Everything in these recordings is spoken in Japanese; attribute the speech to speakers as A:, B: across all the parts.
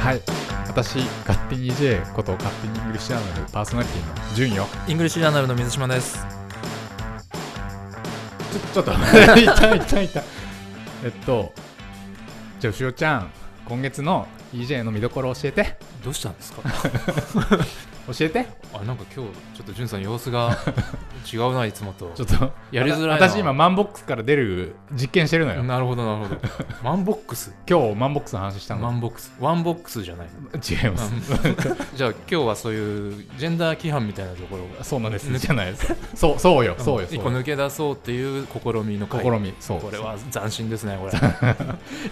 A: はい私勝手に J こと勝手にイングリッシュアナルパーソナリティの順よ
B: イングリッシュジャーナルの水島です。
A: ちょっといたいたいたえっとじゃあしおちゃん今月の EJ の見どころ教えて
B: どうしたんですか
A: 教えて
B: あ、なんか今日、ちょっとじゅんさん様子 が違うな、いつもと。
A: ちょっと
B: やりづらいな
A: 私今マンボックスから出る実験してるのよ
B: なるほど、なるほど。マンボックス
A: 今日マンボックスの話した
B: マ
A: の
B: ンボックス。ワンボックスじゃ ない。
A: 違います
B: じゃあ今日はそういうジェンダー規範みたいなところが
A: そうなんですじゃないですそうそうよそうよ
B: 一
A: そ
B: 個
A: うよ
B: 抜け出そうっていう試みの回
A: 試みそう
B: これは斬新ですねこれ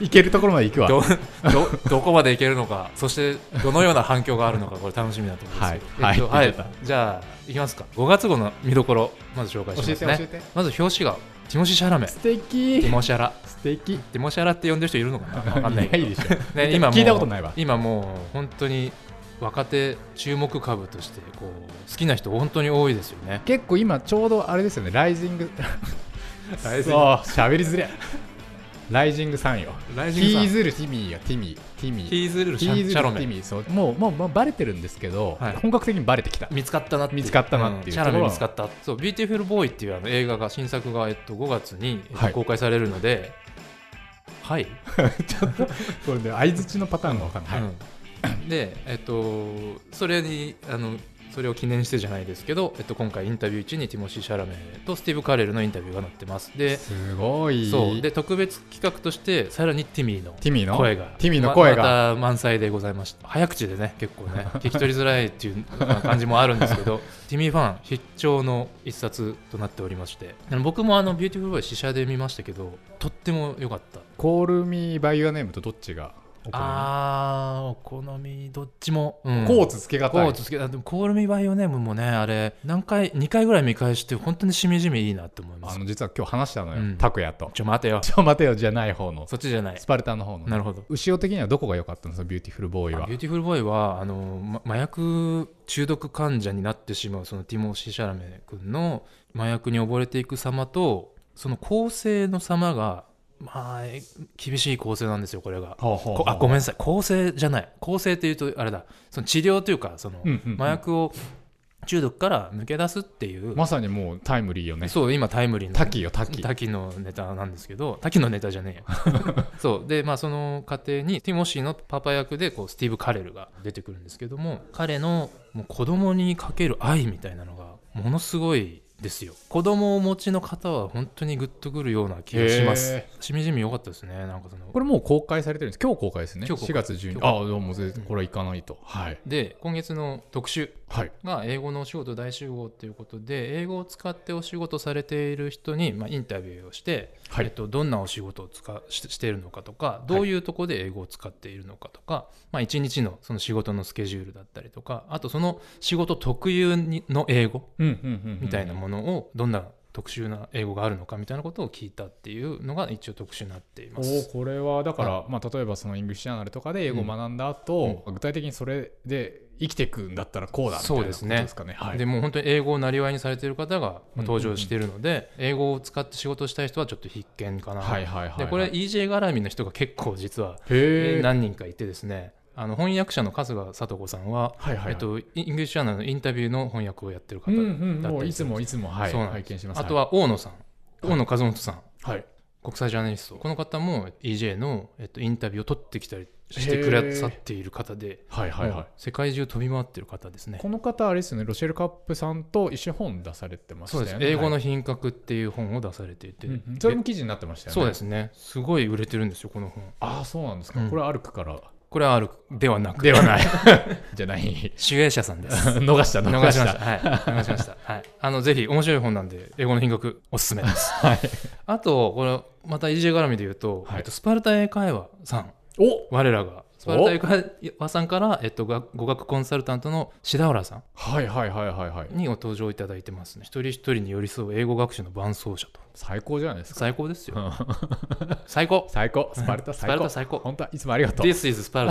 A: 行けるところまで行くわ
B: ど どどこまでいけるのかそしてどのような反響があるのかこれ楽しみなところですけど
A: はい
B: えっと
A: はい
B: はい じゃあいきますか5月号の見どころまず紹介します
A: 教えて
B: ね
A: 教えて
B: まず表紙がティモシー・シャラメ
A: 素
B: テ
A: 敵
B: ィモシャラ
A: 素敵
B: ティモシャラって呼んでる人いるのか なわかんない
A: いないでしょ
B: ね
A: 聞いた
B: もう
A: 聞いたことないわ
B: 今もう本当に若手注目株としてこう好きな人本当に多いですよね
A: 結構今ちょうどあれですよねライジング
B: ライジング
A: そう喋りづれライジングさんよ
B: ライ
A: テ
B: ジング
A: ィ
B: さん
A: ーズルティミーよティミーティミー
B: ティーズルルシ
A: ティ
B: ャ
A: ー
B: ン
A: ズ
B: シ
A: ル
B: ャ
A: テ
B: ロメ
A: ィミーそうもうもうもうバレてるんですけど、
B: はい
A: 本格的にバレてきた
B: 見つかったなっていう
A: 見つかったなっていう
B: シャラ
A: と
B: メ
A: ころ
B: 見つかったそう「ビューティフルボーイ」っていうあの映画が新作が、えっと、5月に、えっと
A: はい
B: 公開されるのではい、
A: これね相づちのパターンが分かんない、
B: うん でえっとそれにあのそれを記念してじゃないですけど、えっと、今回インタビュー1にティモシー・シャラメとスティーブ・カレルのインタビューが載ってますです
A: ごい
B: そうで特別企画としてさらにティミーの
A: ティミーの
B: 声が
A: ティミーの声が、
B: ままた満載でございました早口でね結構 ね聞き取りづらいっていう感じもあるんですけど ティミーファン必聴の一冊となっておりましてあの僕もあの「ビューティフルボーイ」試写で見ましたけどとっても良かった
A: コールミーバイユアネームとどっちがお好み
B: あーお好みどっちも、うん
A: コーツつけが
B: コ
A: たい
B: ーツつけあでもコールミバイオネームもねあれ何回2回ぐらい見返して本当にしみじみいいなって思いま
A: あ
B: す
A: の実は今日話したのよ、
B: うん
A: タクヤと
B: ちょ待てよ
A: ちょ待てよじゃない方の
B: そっちじゃない
A: スパルタの方の
B: なるほど
A: 牛尾的にはどこが良かったのそのビューティフルボーイは
B: ビューティフルボーイはあの、ま麻薬中毒患者になってしまうそのティモシー・シャラメ君の麻薬に溺れていく様とその構成の様がまあえ厳しい構成なんですよこれが。
A: ほうほうほ
B: こ
A: う
B: あごめんなさい構成じゃない構成っていうとあれだその治療というかその
A: うんうんうん
B: 麻薬を中毒から抜け出すっていう、
A: まさにもうタイムリーよね
B: そう今タイムリーな
A: タキよタキ
B: タキのネタなんですけどタキのネタじゃね えよそうでまあその過程にティモシーのパパ役でこうスティーブ・カレルが出てくるんですけども彼のもう子供にかける愛みたいなのがものすごいですよ子供をお持ちの方は本当にグッとくるような気がします
A: へ
B: しみじみ良かったですねなんかその
A: これもう公開されてるんです今日公開ですね
B: 今日
A: 4
B: 公開
A: 月12日
B: 今日
A: ああでもぜこれ行かないとはい
B: で今月の特集
A: はい
B: が英語のお仕事大集合ということで英語を使ってお仕事されている人に、まあ、インタビューをして、
A: はい
B: えっと、どんなお仕事を使ししているのかとかどういうとこで英語を使っているのかとか、まあ、1日のその仕事のスケジュールだったりとかあとその仕事特有にの英語
A: うんうんうんうん
B: みたいなものをどんな特殊な英語があるのかみたいなことを聞いたっていうのが一応特集になっていま
A: お
B: す。
A: ーこれはだから、まあ、例えばそのイングリッシュアナルとかで英語を学んだ後、具体的にそれで生きていくんだったらこうだみたいな
B: そ
A: こ
B: う
A: と
B: ですね
A: ですかねはい、
B: でもう本当に英語をなりわいにされている方がまあ登場しているので、英語を使って仕事をしたい人はちょっと必見かな、
A: はいはいはいはい
B: でこれ EJ 絡みの人が結構実は
A: へえ
B: 何人かいてですねあの翻訳者の春日聡子さんは、
A: はいはいはい
B: えっと、イングリッシュアナのインタビューの翻訳をやってる方
A: うんうん
B: だ
A: も
B: った
A: う
B: り
A: いつもいつもはい
B: そうなん
A: 拝
B: です
A: 見します
B: あとは大野さん、大野和元さん
A: はい、
B: 国際ジャーナリストこの方も EJ の、えっと、インタビューを取ってきたりしてくださっている方で、
A: はい、はいはいはい
B: もう世界中飛び回ってる方ですね
A: この方あれですよねロシェル・カップさんと一緒に本出されてました
B: そ
A: よ
B: うで
A: ね
B: す英語
A: は
B: の品格っていう本を出されていて、
A: いうんうんそれも記事になってましたよね
B: そうですねすごい売れてるんですよこの本
A: ああそうなんですか、
B: うん
A: これは歩くから
B: これはあるではなく
A: ではないじゃない
B: 主演者さんです
A: 逃した
B: 逃 し
A: 逃
B: ま
A: し
B: したたはい逃しました、はい、あのぜひ面白い本なんで英語の品格おすすめです
A: はい、
B: あとこれまた EJ 絡みで言うと、
A: はい
B: えっと、スパルタ英会話さん
A: お
B: 我らがスパルタ英会話さんから、えっと、が語学コンサルタントの志田浦さん
A: はいはいはいはいはい
B: にご登場いただいてますね一人一人に寄り添う英語学習の伴走者と
A: 最高じゃないですか
B: 最高ですよ最高
A: 最高スパルタ
B: スパ
A: 最
B: ル
A: 高
B: タ最高
A: 本当はいつもありがとう
B: This is スパル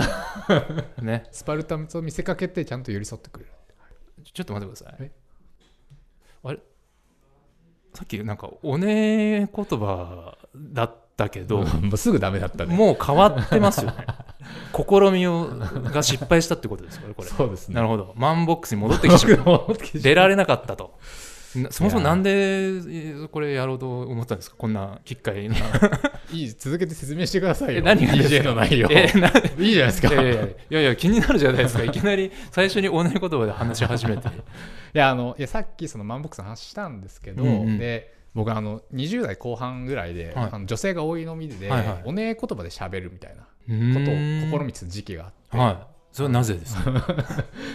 B: タね
A: スパルタと見せかけてちゃんと寄り添ってくれる
B: ちょちょっと待ってください
A: え。
B: あれさっきなんかおねえ言葉だったけど、
A: もうすぐダメだったね
B: もう変わってますよね。試みをが失敗したってことですよねこれ
A: そうですね
B: なるほどマンボックスに戻ってき てしまう
A: ど
B: 出られなかったと。なそもそもなんでえーこれやろうと思ったんですかこんなきっかけに。
A: いい続けて説明してください
B: え
A: よ
B: 何がですか
A: DJ の内容い
B: え ない
A: いじゃないですか、
B: やいやいやいやいや気になるじゃないですかいきなり最初に同じ言葉で話し始めて
A: いやあのいやさっきそのマンボックスの話したんですけど、
B: うんうん
A: で僕あの20代後半ぐらいで、
B: はい
A: あの女性が多いのみで、
B: はいはい
A: おねえ言葉で喋るみたいなこ
B: こと
A: を試みてた時期があって、
B: はいそれはなぜですか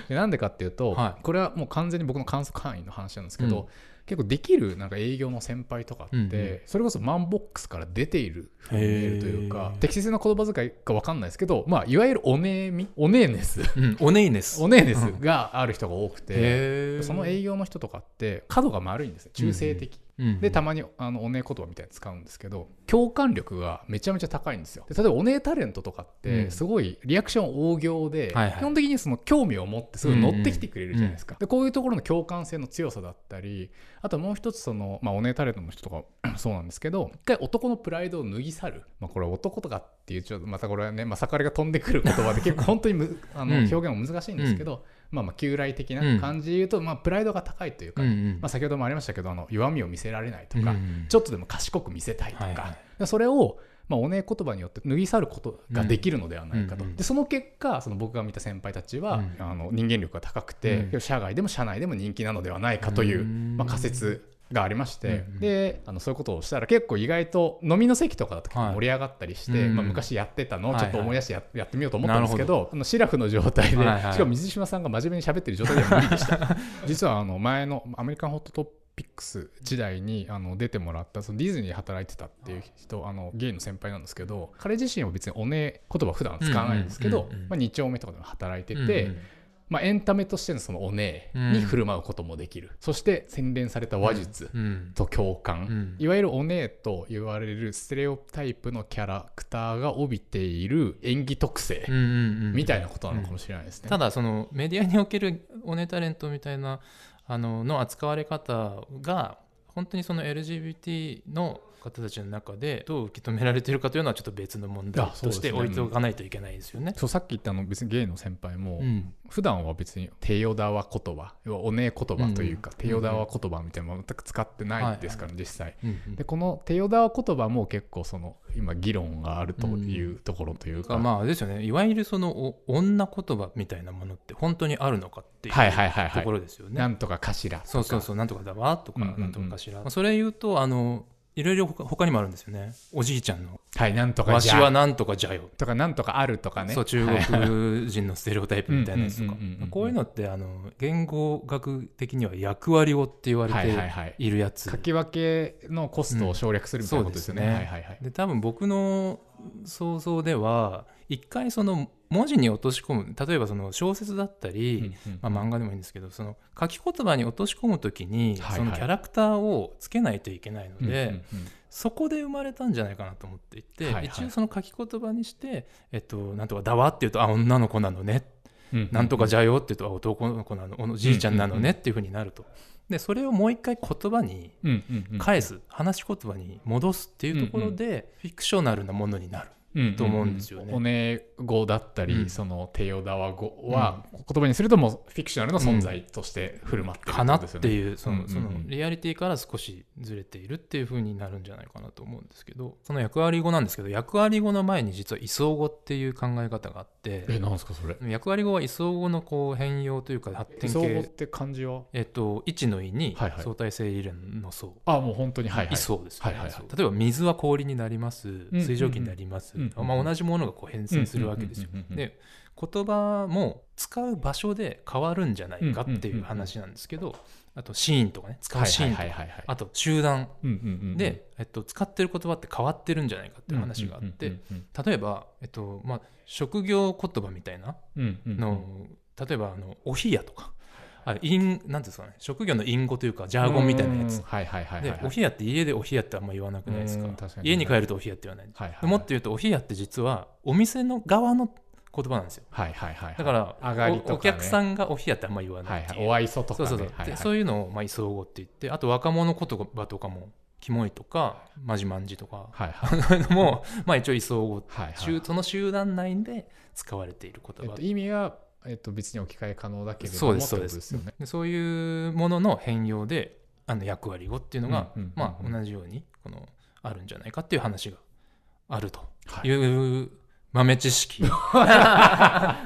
A: でなんでかっていうと、
B: はい
A: これはもう完全に僕の観測範囲の話なんですけど、
B: うん
A: 結構できるなんか営業の先輩とかって、
B: うんうん
A: それこそマンボックスから出ているふうに見えるというか
B: へー
A: 適切な言葉遣いか分かんないですけど、まあ、いわゆるおねみおねえネ ス
B: うんおねいです
A: おねえネスがある人が多くて、
B: へー
A: その営業の人とかって角が丸いんですね中性的。
B: うん
A: でたまにあのおねえ言葉みたいに使うんですけど共感力がめちゃめちゃ高いんですよで例えばおねえタレントとかっ
B: う
A: て
B: ん
A: すごいリアクション大行で、
B: はいはい
A: 基本的にその興味を持ってすごい乗ってきてくれるじゃないですか、でこういうところの共感性の強さだったりあともう一つその、まあ、おねえタレントの人とか そうなんですけど一回男のプライドを脱ぎ去る、まあ、これは男とかっていうちょっとまたこれはねまさかれが飛んでくる言葉 で結構本当にむあの
B: うん
A: 表現も難しいんですけど、まあ、まあ旧来的な感じで言うと、まあ、プライドが高いというか、
B: うんうん
A: まあ、先ほどもありましたけどあの弱みを見せられないとか、
B: うんうん
A: ちょっとでも賢く見せたいとか、
B: はいはい
A: でそれを、まあ、おねえ言葉によって脱ぎ去ることができるのではないかと、
B: うんうんうん
A: でその結果その僕が見た先輩たちは、
B: うん
A: あの人間力が高くて、
B: うん
A: 社外でも社内でも人気なのではないかという、
B: うん
A: まあ、仮説がありまして、
B: うんうん
A: であのそういうことをしたら結構意外と飲みの席とかだと結構盛り上がったりして、
B: はいうんうん
A: まあ、昔やってたのを
B: はい
A: ち
B: は
A: ょ
B: い
A: っと思い出してや,、やってみようと思ったんですけどあのシラフの状態で、
B: はいはい
A: しかも水島さんが真面目に喋ってる状態では無理でした。実はあの前のアメリカンホットトピックス時代にあの出てもらったそのディズニーで働いてたっていう人あのゲイの先輩なんですけど彼自身は別におねえ言葉普段は使わないんですけど
B: うんうんうんうん
A: まあ二丁目とかでも働いて
B: うん
A: て、まあ、エンタメとしてのそのおねえに振る舞うこともできる、そして洗練された話術
B: うんうん
A: と共感、
B: うん
A: いわゆるおねえと言われるステレオタイプのキャラクターが帯びている演技特性
B: うんうんうん
A: みたいなことなのかもしれないですね。
B: ただそのメディアにおけるオネタレントみたいなあのの扱われ方が本当にその LGBT の方たちの中でどう受け止められているかというのはちょっと別の問題
A: あそう
B: と
A: です
B: し
A: ね
B: て置いておかないといけないですよね。
A: そうさっき言ったあの別にゲイの先輩も、
B: うん
A: 普段は別に帝ヨダは言葉要はおねえ言葉というか、
B: うん
A: 帝ヨダは言葉みたいなのは全く使ってないですから、実際
B: うん
A: でこの帝ヨダは言葉も結構その今議論があるというところというか、
B: まああれですよねいわゆるそのお女言葉みたいなものって本当にあるのかっていう
A: はいはいはい
B: とこ
A: はい
B: ろですよね。
A: なんとかかしら
B: そうそうそうなんとかだわとか
A: うんうんうん
B: なんとかかしら、まあそれ言うとあのいろいろ他他にもあるんですよねおじいちゃんの
A: はいなんと
B: 「
A: か
B: わ
A: じ
B: し
A: ゃ
B: はなんとかじゃよ」
A: とかなんとかあるとかね
B: そう中国人のステレオタイプみたいなやつとか
A: うんうんうんうんうん
B: こういうのってあの言語学的には役割をって言われ
A: はいはい
B: て
A: はい
B: いるやつ、
A: 書き分けのコストを省略するみたいなことですよね,、
B: うんそう
A: は
B: で
A: い
B: す
A: はいはい
B: で多分僕の想像では一回その文字に落とし込む例えばその小説だったり、
A: うんうん
B: まあ、漫画でもいいんですけどその書き言葉に落とし込む時に
A: はいはい
B: そのキャラクターをつけないといけないので、
A: うんうんうん
B: そこで生まれたんじゃないかなと思っていて、
A: はいはい
B: 一応その書き言葉にして「えっと、なんとかだわ」って言うと「あ女の子なのね」
A: うん
B: なんとかじゃよって言うとあ男の子なのおじいちゃんなのねっていうふうになるとでそれをもう一回言葉に
A: うんうんうん
B: 返す話し言葉に戻すっていうところでフィクショナルなものになると思うんですよね
A: おね語だったり、
B: うん
A: そのテヨダワ語は、言葉にするともうフィクショナルの存在として振る舞ってる
B: かな
A: こ
B: っ
A: と
B: て
A: ですよね
B: いうそ
A: うんうんう
B: の
A: ん
B: そのリアリティから少しずれているっていうふうになるんじゃないかなと思うんですけどその役割語なんですけど役割語の前に実は位相語っていう考え方があって
A: えなんですかそれ
B: 役割語は位相語のこう変容というか発展
A: 相互っ
B: 系
A: て漢字は
B: えっと一の意に
A: はいはい
B: 相対性理論の相、
A: あもう本当にはいはい
B: いそうですよね、
A: はいはいはい
B: そう例えば水は氷になります
A: ん
B: 水蒸気になります、
A: うん
B: まあ、同じものがこう変遷するわけですよ
A: うんうんうんうん
B: で言葉も使う場所で変わるんじゃないかっていう話なんですけど、あとシーンとかね使
A: は
B: う
A: い
B: シー
A: はい
B: ンとか、
A: はいはいはい
B: あと集団
A: うんうんうんうん
B: で、えっと、使ってる言葉って変わってるんじゃないかっていう話があって、
A: うんうん
B: 例えば、えっとまあ、職業言葉みたいな
A: うんうん
B: の、例えばあのおひやとかあれ隠なんていうんですかね職業の隠語というかジャーゴンみたいなやつ
A: うんはいはいはいはい
B: で
A: はい
B: お冷やって家でお冷やってあんま言わなくないです
A: う
B: か
A: ん確かに
B: 家に帰るとお冷やって言わない、
A: はいはい
B: でもっと言うとお冷やって実はお店の側の言葉なんですよ
A: はいはいはいはい
B: だから、
A: 上がりとかね
B: おお客さんがお冷やってあんま言わな
A: はいい
B: って
A: はい
B: いう
A: お愛想とか
B: そう
A: ね
B: そうそう、
A: はい
B: で
A: はい
B: そういうのをまあ位相語って言ってあと若者言葉とかもキモいとかマジマンジとか
A: はいはい
B: そういうのも、まあ、一応位相語
A: はいはい、
B: 中その集団内で使われている
A: え
B: 言
A: っ
B: 葉
A: と、意味は、えっと、別に置き換え可能だけれども
B: そうです
A: ってこと
B: そうです
A: よね。
B: でそういうものの変容であの役割語っていうのが、
A: うんうんうんうん
B: まあ、同じようにこのあるんじゃないかっていう話があると
A: はい
B: いう豆知識
A: な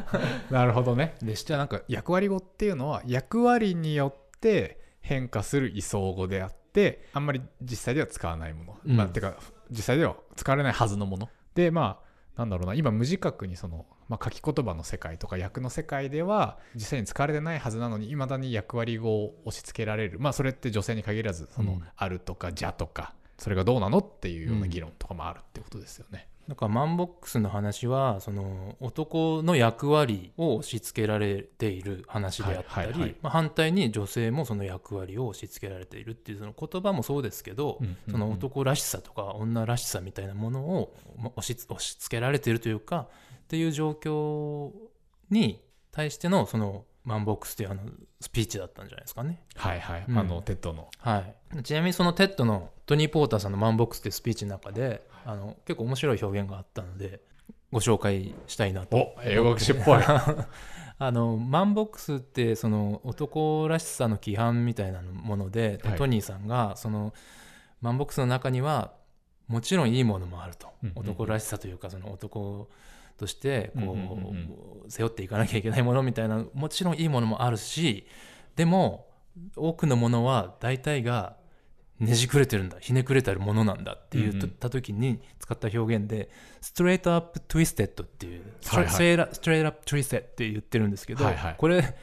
A: るほどね。
B: でし
A: じ
B: た
A: ゃあなんか役割語っていうのは役割によって変化する位相語であってあんまり実際では使わないもの、
B: うん
A: まあてか実際では使われないはずのものでまあなんだろうな今無自覚にその、まあ、書き言葉の世界とか役の世界では実際に使われてないはずなのにいまだに役割語を押し付けられるまあそれって女性に限らずその、
B: うん
A: あるとかじゃとかそれがどうなのっていうような議論とかもあるってことですよね。
B: なんかマンボックスの話はその男の役割を押し付けられている話であった
A: は
B: り、
A: いはいはい
B: まあ、反対に女性もその役割を押し付けられているっていうその言葉もそうですけど、
A: うんうんうん
B: その男らしさとか女らしさみたいなものをま押し押し付けられているというかっていう状況に対してのそのマンボックスというあのスピーチだったんじゃないですかね。
A: はいはい、
B: うん
A: あのテッドの
B: はい、ちなみにそのテッドのトニー・ポーターさんの「マンボックス」っていうスピーチの中であの結構面白い表現があったのでご紹介したいなと。
A: お英語口っぽい
B: あのマンボックスってその男らしさの規範みたいなもので,で、
A: はい
B: トニーさんがそのマンボックスの中にはもちろんいいものもあると、
A: うんうんうん
B: 男らしさというかその男としてこう、
A: うんうんうん
B: 背負っていかなきゃいけないものみたいなもちろんいいものもあるしでも多くのものは大体がねじくれてるんだひねくれてるものなんだって言っ
A: うんうん
B: た時に使った表現で「ストレートアップ・トゥイステッド」っていう「スト
A: はい
B: レ
A: はい
B: ートストレートアップ・トゥイステッド」って言ってるんですけど、
A: はいはい
B: これ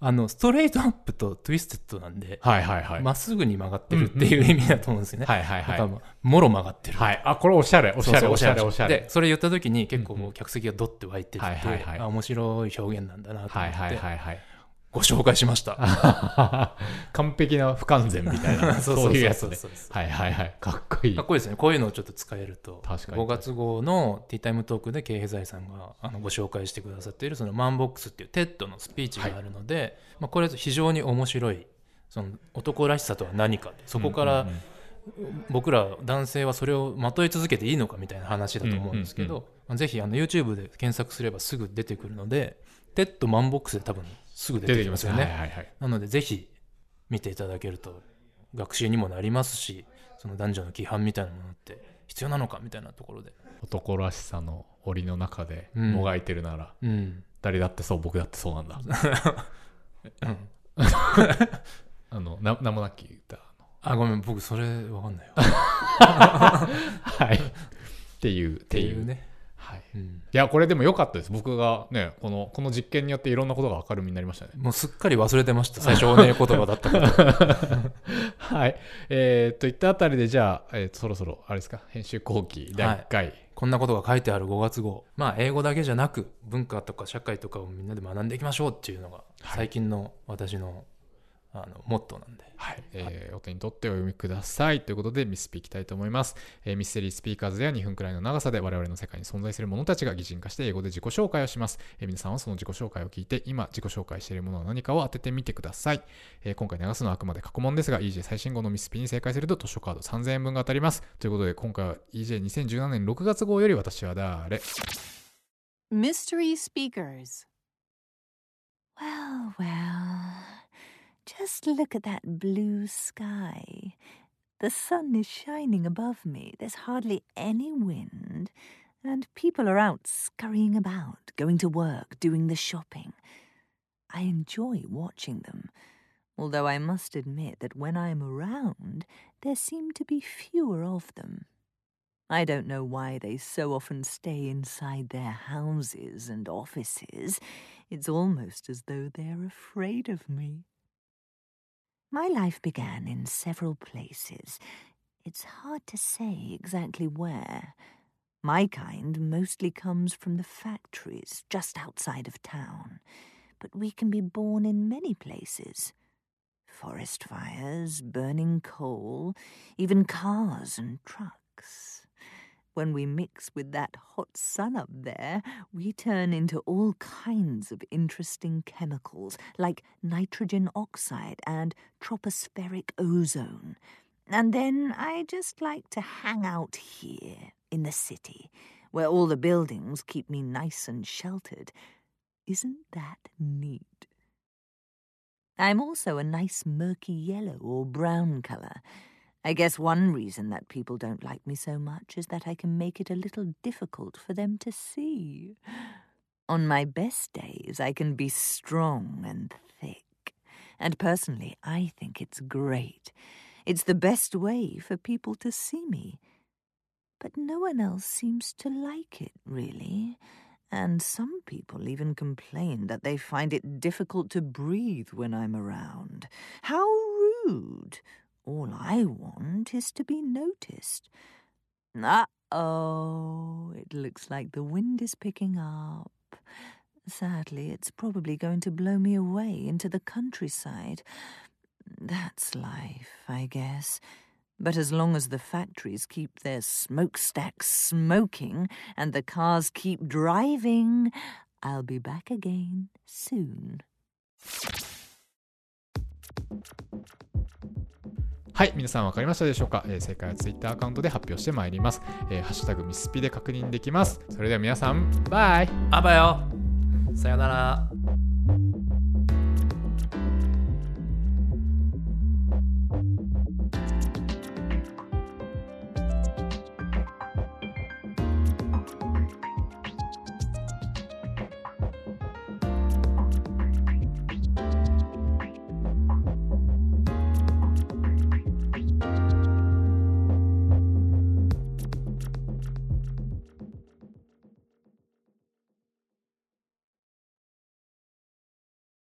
B: あのストレートアップとトゥイステッドなんで
A: はいはいはい、
B: ま、っすぐに曲がってるっていう意味だと思うんですよね。
A: はいはいはい
B: だからもろ曲がってる
A: はい、あこれおしゃれおしゃれ
B: そうそう
A: おしゃれおしゃれ
B: でそれ言った時に結構
A: うんう
B: こう客席がドッて湧いてきて、
A: はいはいはい
B: あ面白い表現なんだなと
A: はい
B: 思って、
A: はいはいはい
B: ご紹介しました
A: 完璧な不完全みたいな
B: そ
A: そうう
B: そうそうそう
A: いうやつね
B: そうそうそ
A: はいはいはいかっこいい
B: かっこいいですねこういうのをちょっと使えると
A: 確かに
B: 5月号の「ティータイムトーク」で経平財さんがあのご紹介してくださっているそのマンボックスっていうテッドのスピーチがあるので、まあ、これ非常に面白いその男らしさとは何かそこから、
A: うんうんうん
B: 僕ら男性はそれをまとい続けていいのかみたいな話だと思うんですけど、
A: うん
B: まあぜひあの YouTube で検索すればすぐ出てくるのでテッドマンボックスで多分すぐ出
A: 出
B: て
A: て
B: き
A: き
B: ま
A: ますす
B: よ
A: よ
B: ね、
A: ねはいはいはい
B: なのでぜひ見ていただけると学習にもなりますしその男女の規範みたいなものって必要なのかみたいなところで、
A: 男らしさの檻の中で
B: うん
A: もがいてるなら、
B: うん、
A: 誰だってそう僕だってそう なんだ あのな名もなき歌の
B: あごめん僕それわかんないよ
A: はいっていうっていうね、
B: ね、
A: はい、
B: うん、
A: いやこれでも良かったです僕がねこのこの実験によっていろんなことが明るみになりましたね
B: もうすっかり忘れてました最初おねえ言葉だった から
A: はい。えー、といったあたりで、じゃあ、えーとそろそろ、あれですか、編集後期第1回。
B: こんなことが書いてある5月号まあ英語だけじゃなく文化とか社会とかをみんなで学んでいきましょうっていうのが最近の私のあのモットーなんで
A: はいえーお手に取ってお読みくださいということでミスピいきたいと思います、えーミステリースピーカーズでは2分くらいの長さで我々の世界に存在する者たちが擬人化して英語で自己紹介をします、えー皆さんはその自己紹介を聞いて今自己紹介しているものは何かを当ててみてください、えー今回流すのはあくまで過去問ですが EJ 最新号のミスピに正解すると図書カード3000円分が当たりますということで今回は EJ2017 年6月号より私は誰
C: Mystery Speakers. Well, well, just look at that blue sky. The sun is shining above me, there's hardly any wind, and people are out scurrying about, going to work, doing the shopping. I enjoy watching them, although I must admit that when I'm around, there seem to be fewer of them. I don't know why they so often stay inside their houses and offices. It's almost as though they're afraid of me. My life began in several places. It's hard to say exactly where. My kind mostly comes from the factories just outside of town, but we can be born in many places. Forest fires, burning coal, even cars and trucks. When we mix with that hot sun up there, we turn into all kinds of interesting chemicals like nitrogen oxide and tropospheric ozone, And then I just like to hang out here in the city, where all the buildings keep me nice and sheltered. Isn't that neat? I'm also a nice murky yellow or brown colour. I guess one reason that people don't like me so much is that I can make it a little difficult for them to see. On my best days, I can be strong and thick. And personally, I think it's great. It's the best way for people to see me. But no one else seems to like it, really. And some people even complain that they find it difficult to breathe when I'm around. How rude! All I want is to be noticed. Uh oh, it looks like the wind is picking up. Sadly, it's probably going to blow me away into the countryside. That's life, I guess. But as long as the factories keep their smokestacks smoking and the cars keep driving, I'll be back again soon.
A: はい皆さん分かりましたでしょうか、えー正解は Twitter アカウントで発表してまいります、えーハッシュタグミスピで確認できますそれでは皆さんバイ
B: あばよさよなら